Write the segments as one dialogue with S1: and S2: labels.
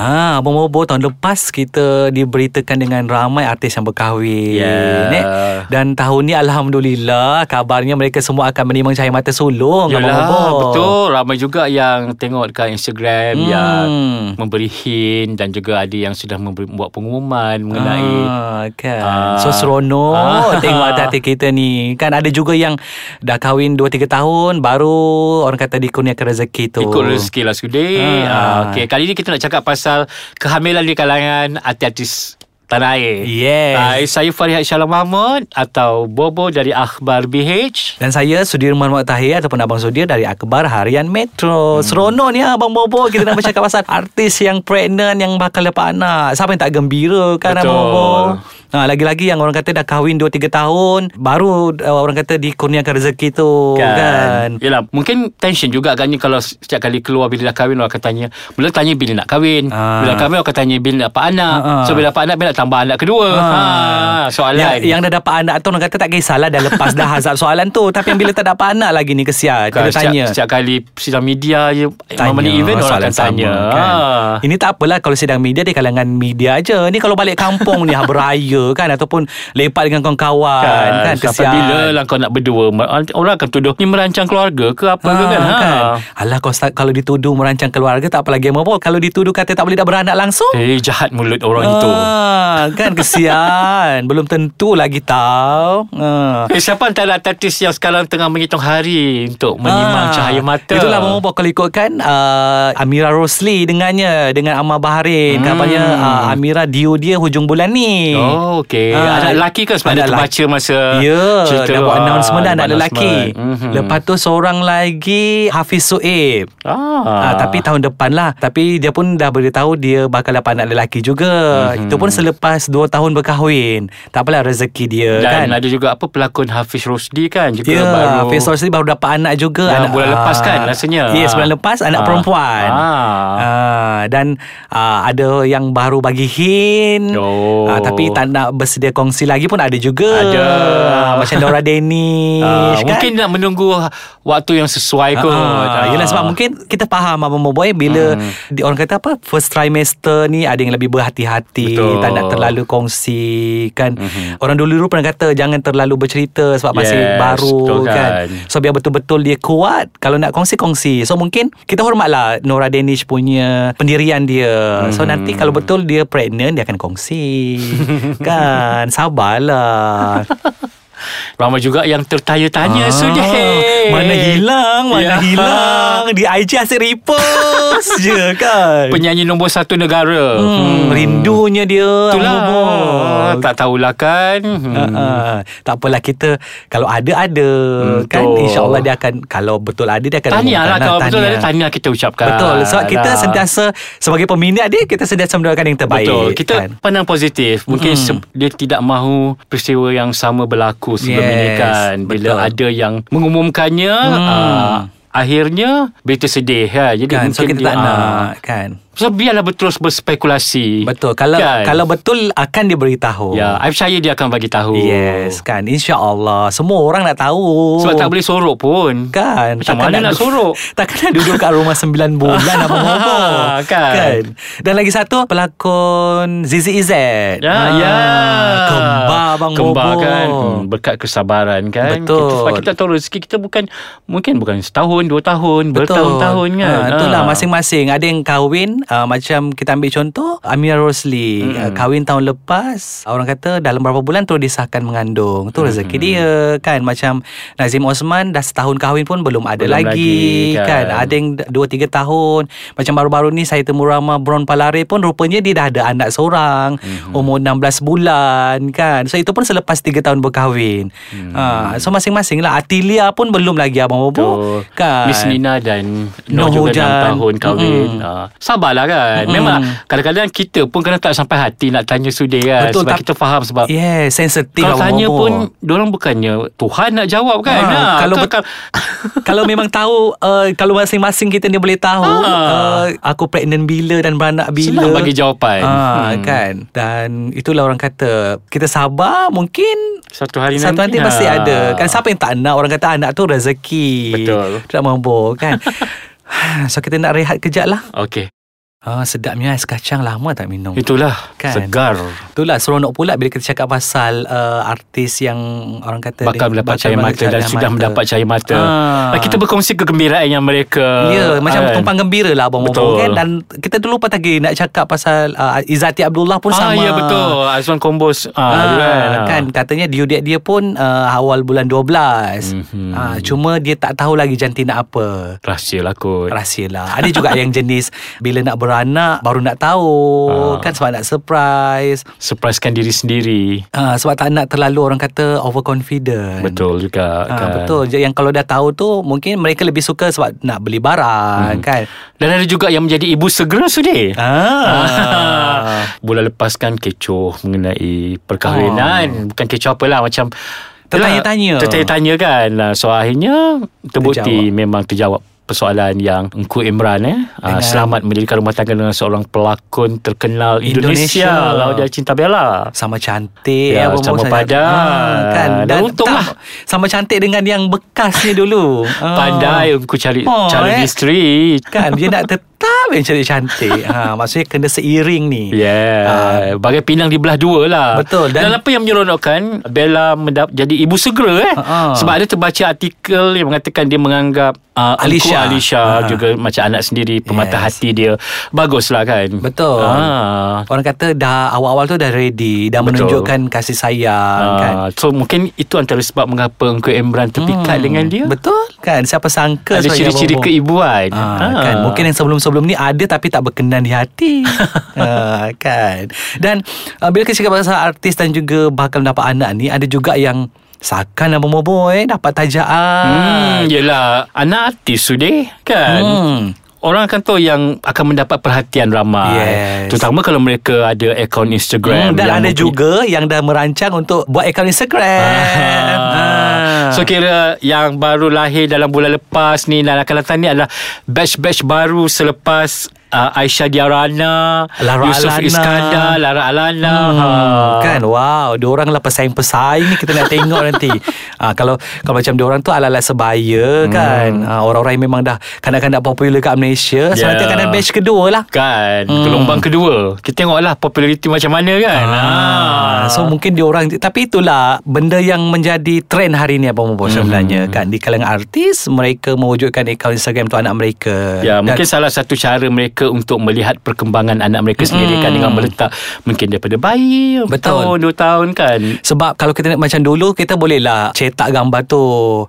S1: Ah, Abang Bobo tahun lepas kita diberitakan dengan ramai artis yang berkahwin.
S2: Ya.
S1: eh. Dan tahun ni Alhamdulillah kabarnya mereka semua akan menimang cahaya mata sulung Abang
S2: Yalah,
S1: Bobo.
S2: betul. Ramai juga yang tengok dekat Instagram
S1: Hmm.
S2: hmm. yang memberi hint dan juga ada yang sudah memberi, membuat pengumuman mengenai
S1: ah, kan.
S2: Ah.
S1: So seronok
S2: Ah.
S1: Tengok hati-hati kita ni Kan ada juga yang Dah kahwin 2-3 tahun Baru Orang kata dikurniakan rezeki tu
S2: Ikut rezeki lah sudah.
S1: Ah.
S2: Ha. okay. Kali ni kita nak cakap pasal kehamilan di kalangan artis-artis tanah air.
S1: Yes.
S2: Ah, saya Farihat Shalom Mahmud atau Bobo dari Akhbar BH.
S1: Dan saya Sudirman Muhammad Tahir Ataupun Abang Sudir Dari Akhbar Harian Metro hmm. Seronok ni ah, Abang Bobo Kita nak bercakap pasal Artis yang pregnant Yang bakal dapat anak Siapa yang tak gembira kan Abang
S2: Betul.
S1: Bobo ha, Lagi-lagi yang orang kata Dah kahwin 2-3 tahun Baru uh, orang kata Dikurniakan rezeki tu Kan, kan?
S2: Yelah Mungkin tension juga kan ni Kalau setiap kali keluar Bila dah kahwin Orang akan tanya Bila tanya bila nak kahwin
S1: Ah.
S2: Bila kahwin orang akan tanya Bila nak dapat anak
S1: Ah, ah.
S2: So bila dapat anak Bila nak tambah anak kedua ah. Soalan
S1: Ha. Ya, yang, yang dah dapat anak tu Orang kata tak kisahlah Dah lepas dah hazab soalan tu Tapi yang bila tak dapat anak lagi ni Kesian
S2: Kan,
S1: Kena tanya
S2: setiap, setiap kali sidang media je Normally event orang
S1: soalan
S2: akan
S1: sama,
S2: tanya
S1: kan?
S2: Ah.
S1: Ini tak apalah kalau sidang media di kalangan media aja. Ni kalau balik kampung ni ha, beraya kan ataupun lepak dengan kawan-kawan kan, kan
S2: Sampai
S1: kesian.
S2: bila lah kau nak berdua Orang akan tuduh Ni merancang keluarga ke apa ke
S1: Ah,
S2: kan,
S1: kan?
S2: kan?
S1: Alah kau start, kalau dituduh merancang keluarga tak apa lagi apa Kalau dituduh kata tak boleh dah beranak langsung.
S2: Eh jahat mulut orang itu
S1: Ah, kan kesian. Belum tentu lagi tahu. Ah.
S2: Eh, siapa antara artis yang sekarang tengah menghitung hari untuk menimang
S1: Ah,
S2: cahaya mata?
S1: Itulah Abang Bobo kalau ikutkan uh, Amira Rosli dengannya dengan Amar Baharin. Hmm.
S2: Hmm.
S1: Katanya uh, Amira due dia hujung bulan ni.
S2: Oh okey.
S1: Ah,
S2: anak lelaki kan sebab
S1: anak
S2: dia terbaca
S1: lelaki.
S2: masa
S1: Ya Dah buat
S2: Ah,
S1: announcement dah
S2: buat
S1: Anak lelaki
S2: announcement. Mhm.
S1: Lepas tu seorang lagi Hafiz Suib
S2: ah.
S1: Ah. tapi tahun depan lah Tapi dia pun dah beritahu Dia bakal dapat anak lelaki juga
S2: Mhm.
S1: Itu pun selepas 2 tahun berkahwin Tak apalah rezeki dia kan
S2: dan ada juga apa pelakon Hafiz Rosdi kan juga
S1: Ya,
S2: baru
S1: baru, Face Rosli baru dapat anak juga
S2: Dah
S1: anak, Ah.
S2: bulan lepas kan rasanya.
S1: Ya, yes,
S2: Ah.
S1: bulan lepas anak
S2: Ah.
S1: perempuan
S2: Ah.
S1: Ah, Dan ah, ada yang baru bagi hint
S2: Oh.
S1: Ah, Tapi tak nak bersedia kongsi lagi pun ada juga
S2: Ada.
S1: Ah, Macam Nora Danish
S2: Ah,
S1: kan?
S2: mungkin nak menunggu ha, waktu yang sesuai kot.
S1: Ah,
S2: Ah.
S1: yelah sebab mungkin kita faham Abang Boboy bila hmm. di, orang kata apa first trimester ni ada yang lebih berhati-hati,
S2: Betul.
S1: tak nak terlalu kongsi kan. Hmm. Orang dulu dulu pernah kata jangan terlalu bercerita sebab masih
S2: Yes,
S1: baru
S2: betul
S1: kan.
S2: kan.
S1: So biar betul-betul dia kuat kalau nak kongsi kongsi. So mungkin kita hormatlah Nora Danish punya pendirian dia. So
S2: Hmm.
S1: nanti kalau betul dia pregnant dia akan kongsi. kan sabarlah.
S2: Ramai juga yang tertanya-tanya ah, sudah.
S1: Mana hilang Mana
S2: Ya.
S1: hilang Di IG asyik repost je kan
S2: Penyanyi nombor satu negara.
S1: hmm, Rindunya dia
S2: Itulah.
S1: Abang Bobo.
S2: Tak tahulah kan. Hmm.
S1: Uh, uh, tak apalah kita Kalau ada ada
S2: Hmm,
S1: Kan
S2: betul.
S1: InsyaAllah dia akan Kalau betul ada dia akan
S2: Tahniah lah
S1: umumkan
S2: kalau betul
S1: tahniah.
S2: ada tahniah kita ucapkan.
S1: Betul Sebab kita
S2: Lah.
S1: sentiasa Sebagai peminat dia Kita sentiasa mendoakan yang terbaik
S2: Betul. Kita
S1: kan? Hmm.
S2: pandang positif. Mungkin mm. se- dia tidak mahu peristiwa yang sama berlaku sebelum
S1: Yes,
S2: ini kan. Bila
S1: betul.
S2: ada yang mengumumkannya
S1: Hmm.
S2: ah, akhirnya berita sedih kan. Jadi
S1: kan?
S2: mungkin
S1: So kita
S2: dia,
S1: tak
S2: ah,
S1: nak Kan
S2: So biarlah terus berspekulasi.
S1: Betul Kalau
S2: Kan?
S1: kalau betul Akan dia beritahu
S2: ya, I percaya dia akan bagi tahu.
S1: Yes kan InsyaAllah Semua orang nak tahu
S2: Sebab tak boleh sorok pun.
S1: Kan
S2: Macam
S1: takkan
S2: mana nak
S1: du-
S2: sorok?
S1: Takkan nak duduk kat rumah 9 bulan Apa ngomong
S2: Kan.
S1: Dan lagi satu Pelakon Zizi Izzet
S2: Ya,
S1: Ah,
S2: ya.
S1: Kembar Abang
S2: Kembar
S1: Bobo
S2: kan. Hmm, Berkat kesabaran kan.
S1: Betul.
S2: Kita, sebab kita tahu rezeki kita bukan mungkin bukan setahun, dua tahun,
S1: Betul.
S2: bertahun-tahun kan.
S1: ha, Itulah masing-masing Ada yang kahwin uh, Macam kita ambil contoh Amira Rosli mm uh, Kahwin tahun lepas Orang kata dalam berapa bulan Terus disahkan mengandung Itu rezeki dia Kan macam Nazim Osman Dah setahun kahwin pun Belum ada
S2: Belum
S1: lagi,
S2: lagi,
S1: kan.
S2: kan.
S1: Ada yang dua tiga tahun Macam baru-baru ni Saya temu Rama Bron Palare pun Rupanya dia dah ada anak seorang
S2: Mm-hmm.
S1: Umur 16 bulan Kan So itu pun selepas tiga tahun berkahwin
S2: Mm-hmm.
S1: ha, So masing-masing lah Atilia pun belum lagi Abang Bobo
S2: Betul.
S1: Kan
S2: Miss Nina dan
S1: Noh
S2: Noh juga
S1: Hujan.
S2: 6 tahun kahwin.
S1: Mm-mm.
S2: Ah, sabar ulama lah kan.
S1: Mm-mm.
S2: Memang kadang-kadang kita pun kena tak sampai hati nak tanya sudir kan.
S1: Betul,
S2: sebab
S1: tak-
S2: kita faham sebab
S1: Yeah, sensitif
S2: Kalau
S1: awak
S2: tanya
S1: berapa.
S2: pun Diorang bukannya Tuhan nak jawab kan
S1: Ah,
S2: ha,
S1: kalau
S2: Kalau
S1: bet- kalau memang tahu uh, kalau masing-masing kita ni boleh tahu uh,
S2: Ah.
S1: aku pregnant bila dan beranak bila
S2: Senang bagi jawapan.
S1: Ah,
S2: Hmm.
S1: kan dan itulah orang kata kita sabar mungkin
S2: Satu hari
S1: satu
S2: nanti
S1: nanti pasti
S2: ha.
S1: ada kan siapa yang tak nak orang kata anak tu rezeki
S2: Betul.
S1: tak mampu kan so kita nak rehat kejap lah
S2: Okey
S1: ah, sedapnya ais kacang lama tak minum
S2: Itulah
S1: Kan.
S2: kan. Segar
S1: Itulah seronok pula bila kita cakap pasal uh, artis yang orang kata
S2: Bakal
S1: dia
S2: mendapat
S1: bakal
S2: cahaya mata
S1: mendapat
S2: Dan
S1: cahaya
S2: sudah mendapat cahaya mata
S1: Ah.
S2: ha. Kita berkongsi kegembiraan yang mereka
S1: Ya, macam
S2: kan.
S1: tumpang gembira lah abang
S2: Betul.
S1: Bobo kan dan kita dulu patah lagi nak cakap pasal uh, Izati Abdullah pun
S2: Ah,
S1: sama.
S2: ya betul Azwan Kombos ah,
S1: Ah,
S2: kan,
S1: kan katanya due date dia pun uh, awal bulan 12. Mm-hmm.
S2: Mhm.
S1: Ah, cuma dia tak tahu lagi jantina apa.
S2: Rahsia lah kot
S1: Rahsia lah Ada juga yang jenis Bila nak beranak Baru nak tahu
S2: Ah.
S1: Kan sebab nak surprise
S2: Surprisekan diri sendiri
S1: ah, Sebab tak nak terlalu Orang kata overconfident
S2: Betul juga
S1: Ah,
S2: kan.
S1: Betul Jadi Yang kalau dah tahu tu Mungkin mereka lebih suka Sebab nak beli
S2: Mhm.
S1: barang Kan
S2: Dan ada juga yang menjadi ibu segera sudah.
S1: Ah.
S2: Bulan lepas kan kecoh mengenai perkahwinan. Bukan kecoh apalah macam
S1: Oh. Tertanya-tanya.
S2: Yelah, Tertanya-tanya kan. Ah, So akhirnya terbukti
S1: Terjawab.
S2: memang terjawab persoalan yang Engku Imran eh dengan,
S1: Dengan-
S2: selamat mendirikan rumah tangga dengan seorang pelakon terkenal
S1: Indonesia. Ah.
S2: Indonesia, Indonesia. Laudia Cinta Bella.
S1: Sama cantik
S2: Ya,
S1: abang
S2: sama
S1: Bob
S2: padan.
S1: kan
S2: Dan
S1: Dan,
S2: untung
S1: tak,
S2: lah.
S1: Sama cantik dengan yang bekas ni dulu Ah.
S2: Pandai Engku cari
S1: Oh,
S2: calon
S1: eh.
S2: isteri.
S1: Kan dia nak tetap yang cantik-cantik ha, Maksudnya kena seiring ni
S2: Yeah, bagai pinang dibelah dua lah.
S1: Ah. Betul, dan-
S2: Dan, dan apa yang menyeronokkan Bella mendap- jadi ibu segera eh.
S1: Ha-ha.
S2: Sebab ada terbaca artikel yang mengatakan dia menganggap uh,
S1: Alisha.
S2: Alisha Alisha
S1: Ha.
S2: juga macam anak sendiri, pemata
S1: Yes.
S2: hati dia. Baguslah kan.
S1: Betul
S2: Ah.
S1: Orang kata dah awal-awal tu dah ready Dah
S2: Betul.
S1: menunjukkan kasih sayang kan
S2: Ah, so mungkin itu antara sebab mengapa Engkau Emran terpikat
S1: Hmm,
S2: dengan dia.
S1: Betul kan Siapa sangka
S2: Ada
S1: sebenarnya
S2: ciri-ciri
S1: Abang Bob.
S2: keibuan.
S1: Ah, kan mungkin yang sebelum-sebelum ni ada tapi tak berkenan di hati. ah, kan. Dan uh, bila kita cakap pasal artis dan juga bakal mendapat anak ni ada juga yang Sakan apa bobo eh dapat tajaan.
S2: Hmm, yelah Anak artis sudah kan
S1: Hmm.
S2: Orang akan tahu yang akan mendapat perhatian ramai
S1: Yes.
S2: Terutama kalau mereka ada akaun
S1: Hmm,
S2: Instagram
S1: dan
S2: yang
S1: ada
S2: mempunyai-
S1: juga yang dah merancang untuk buat akaun Instagram.
S2: Ah. So kira yang baru lahir dalam bulan lepas ni Dan akan datang ni adalah Batch-batch baru selepas uh, Aisyah Diarana
S1: Lara
S2: Yusuf
S1: Alana.
S2: Iskandar Lara Alana
S1: Hmm,
S2: ha.
S1: Kan wow Diorang lah pesaing-pesaing ni Kita nak tengok nanti ha, Kalau kalau macam diorang tu Ala-ala sebaya kan ha, Orang-orang yang memang dah Kanak-kanak popular kat Malaysia So
S2: Yeah.
S1: nanti akan ada batch kedua lah
S2: Kan hmm. Gelombang kedua Kita tengoklah populariti macam mana kan
S1: Ah, so mungkin diorang Tapi itulah Benda yang menjadi Trend hari ni Abang Bobo sebenarnya kan Di kalangan artis Mereka mewujudkan Akaun Instagram tu anak mereka Kan?
S2: Ya,
S1: Dan-
S2: mungkin salah satu cara mereka untuk melihat perkembangan anak mereka sendiri kan dengan meletak mungkin daripada bayi
S1: Betul.
S2: tahun dua tahun kan.
S1: Sebab kalau kita nak macam dulu kita bolehlah cetak gambar tu.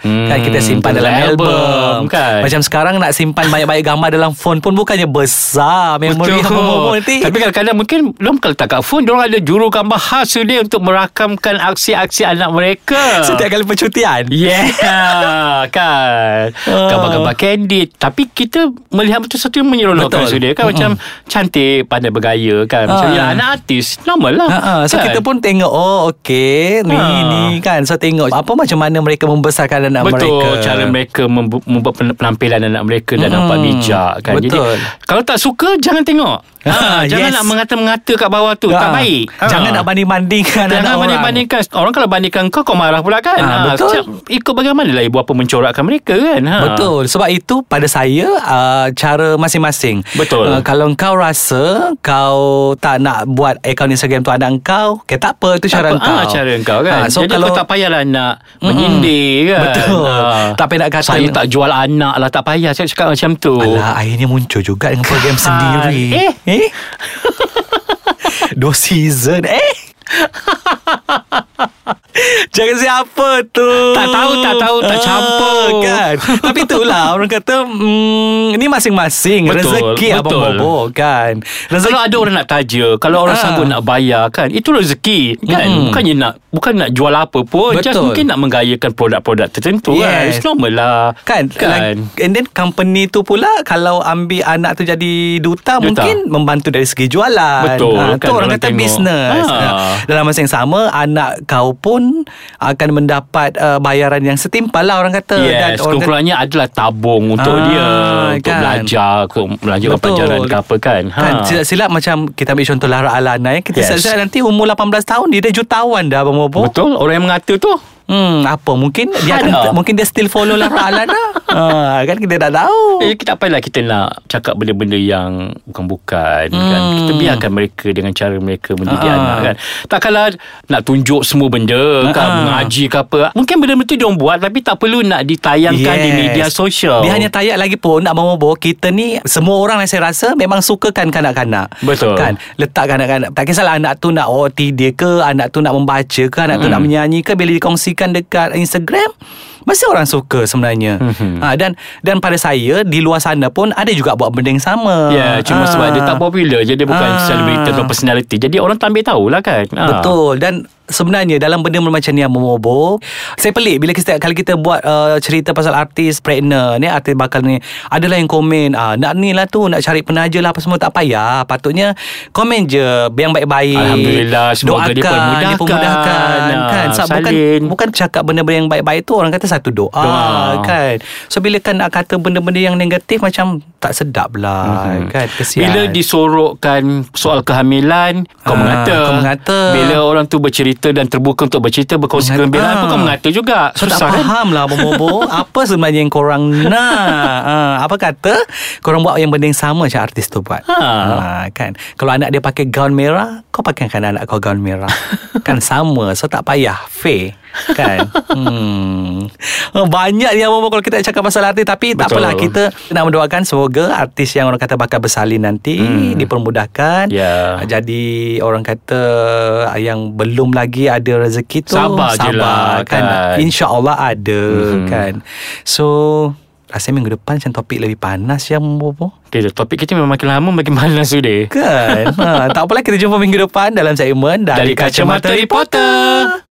S1: Hmm,
S2: Hmm,
S1: kan kita simpan dalam
S2: dalam
S1: album.
S2: album, kan?
S1: Macam sekarang nak simpan banyak-banyak gambar dalam phone pun bukannya besar memori apa-apa nanti.
S2: Tapi kadang-kadang mungkin Diorang bukan letak kat phone Diorang ada juru gambar khas tu dia Untuk merakamkan aksi-aksi anak mereka
S1: setiap kali percutian.
S2: Yeah kan
S1: Ah.
S2: Gambar-gambar candid Tapi kita melihat betul satu yang menyeronokkan
S1: Betul.
S2: Sudir kan Macam cantik Pandai bergaya kan Macam
S1: Ah.
S2: ya, anak artis Normal lah
S1: Ha, so
S2: kan?
S1: kita pun tengok Oh okay Ni
S2: Ah.
S1: ni kan So tengok Apa macam mana mereka Membesarkan anak mereka
S2: Betul cara mereka membu- membuat pen- penampilan anak mereka dan
S1: Mm-mm.
S2: nampak bijak kan.
S1: Hmm. Betul.
S2: Jadi kalau tak suka jangan tengok.
S1: Ah,
S2: Ha, jangan
S1: yes.
S2: nak mengata-mengata kat bawah tu.
S1: Ha,
S2: Tak baik.
S1: Jangan nak banding-bandingkan anak
S2: Jangan
S1: orang.
S2: banding-bandingkan Orang kalau bandingkan kau Kau marah pula kan
S1: Ah, betul.
S2: setiap- Ikut bagaimanalah Ibu apa mencorakkan mereka kan ha.
S1: Betul Sebab itu pada saya uh, Cara masing-masing
S2: Betul.
S1: uh, Kalau kau rasa Kau tak nak buat Akaun Instagram tu anak kau Okay tak apa Itu cara
S2: Apa-
S1: kau
S2: ah, Cara engkau
S1: Ah,
S2: kan
S1: so
S2: Jadi
S1: kalau
S2: kau tak payahlah nak Menyindir kan
S1: Betul.
S2: Ah.
S1: Tak payah nak kata-
S2: Saya tak jual anak lah Tak payah Saya cakap macam tu
S1: Alah akhirnya muncul juga Dengan program sendiri
S2: Eh.
S1: Eh Dua season Eh Jangan siapa tu
S2: Tak tahu, tak tahu, tak campur.
S1: Ah, kan Tapi itulah Orang kata mm, Ni masing-masing
S2: Betul,
S1: Rezeki
S2: betul.
S1: Abang Bobo kan Rezeki
S2: Kalau ada orang nak taja Kalau orang
S1: Ah.
S2: sanggup nak bayar kan Itu rezeki kan
S1: Mm-mm.
S2: Bukannya nak Bukan nak jual apa pun Just
S1: Betul.
S2: mungkin nak menggayakan produk-produk tertentu kan
S1: Yes.
S2: It's normal lah
S1: Kan,
S2: kan.
S1: kan. And then company tu pula Kalau ambil anak tu jadi duta,
S2: Duta.
S1: duta. Mungkin membantu dari segi jualan
S2: Betul,
S1: Ah,
S2: kan,
S1: Tu orang
S2: orang
S1: kata
S2: tengok.
S1: bisnes
S2: Ah.
S1: Ah, Dalam masa yang sama Anak kau pun Akan mendapat uh, bayaran yang setimpal lah Orang kata
S2: Yes,
S1: orang kata-
S2: kekurangannya adalah tabung untuk
S1: Ah,
S2: dia Untuk
S1: kan.
S2: belajar Untuk belajar pelajaran ke apa kan
S1: Kan silap-silap macam Kita ambil contoh Lara Alana ya. Kita yes.
S2: Yes.
S1: silap nanti umur 18 tahun Dia dah jutawan dah Abang Bobo
S2: Betul, orang yang mengata tu
S1: Hmm, apa mungkin dia
S2: Ada.
S1: akan, mungkin dia still follow Lara Alana. ha, kan kita tak tahu.
S2: Eh, kita tak payahlah kita nak cakap benda-benda yang bukan-bukan hmm. kan. Kita biarkan mereka dengan cara mereka mendidik
S1: Ah.
S2: anak kan. Takkanlah nak tunjuk semua benda, kan,
S1: Ah.
S2: mengaji ke apa. Mungkin benda-benda tu diorang buat tapi tak perlu nak ditayangkan yes. di
S1: Yes.
S2: media sosial.
S1: Dia hanya tayak lagi pun nak bobo kita ni semua orang yang saya rasa memang sukakan kanak-kanak.
S2: Betul.
S1: Kan? Letak kanak-kanak. Tak kisahlah anak tu nak OT dia ke, anak tu nak membaca ke, anak
S2: Hmm.
S1: tu nak menyanyi ke bila dikongsikan dekat Instagram masih orang suka sebenarnya.
S2: Mhm.
S1: Ha, dan dan pada saya di luar sana pun ada juga buat benda yang sama.
S2: Ya, yeah, cuma
S1: Ah.
S2: sebab dia tak popular je dia bukan
S1: Ah.
S2: selebriti atau personality. Jadi orang tak ambil tahulah kan. Ah.
S1: Betul dan sebenarnya dalam benda macam ni yang memobo saya pelik bila kita kalau kita buat uh, cerita pasal artis pregnant ni artis bakal ni adalah yang komen ah nak ni lah tu nak cari penaja lah apa semua tak payah patutnya komen je yang baik-baik
S2: Alhamdulillah, semoga
S1: doakan,
S2: dipermudahkan.
S1: dipermudahkan kan
S2: Ah,
S1: Sebab bukan
S2: salin.
S1: bukan cakap benda-benda yang baik-baik tu orang kata satu doa,
S2: Doa.
S1: kan so bila kan nak kata benda-benda yang negatif macam tak sedap lah kan kesian
S2: Mhm. Bila disorokkan soal kehamilan,
S1: Ah,
S2: kau mengata.
S1: kau mengata.
S2: Bila orang tu bercerita dan terbuka untuk bercerita, berkongsi
S1: Mengata.
S2: kegembiraan pun kau mengata juga.
S1: So tak
S2: Susah kan?
S1: faham lah Abang Bobo Apa sebenarnya yang korang nak ha, Apa kata Korang buat yang benda yang sama Macam artis tu buat
S2: Ha.
S1: kan? Kalau anak dia pakai gaun merah Kau pakaikan anak kau gaun merah Kan sama So tak payah Fair Kan hmm. Oh, Banyak ni Abang Bobo Kalau kita nak cakap pasal artis Tapi tak
S2: Betul.
S1: apalah Kita nak mendoakan Semoga artis yang orang kata Bakal bersalin nanti
S2: Hmm.
S1: Dipermudahkan
S2: Ya.
S1: Jadi orang kata Yang belum lagi ada rezeki tu
S2: Sabar je lah,
S1: kan,
S2: kan.
S1: InsyaAllah ada
S2: Mhm.
S1: mm-hmm. kan So Rasa minggu depan macam topik lebih panas ya Bobo
S2: Dia, topik kita memang makin lama makin malas sudah.
S1: Kan ha, Tak apalah kita jumpa minggu depan dalam segmen Dari,
S2: Dari Kacamata Reporter.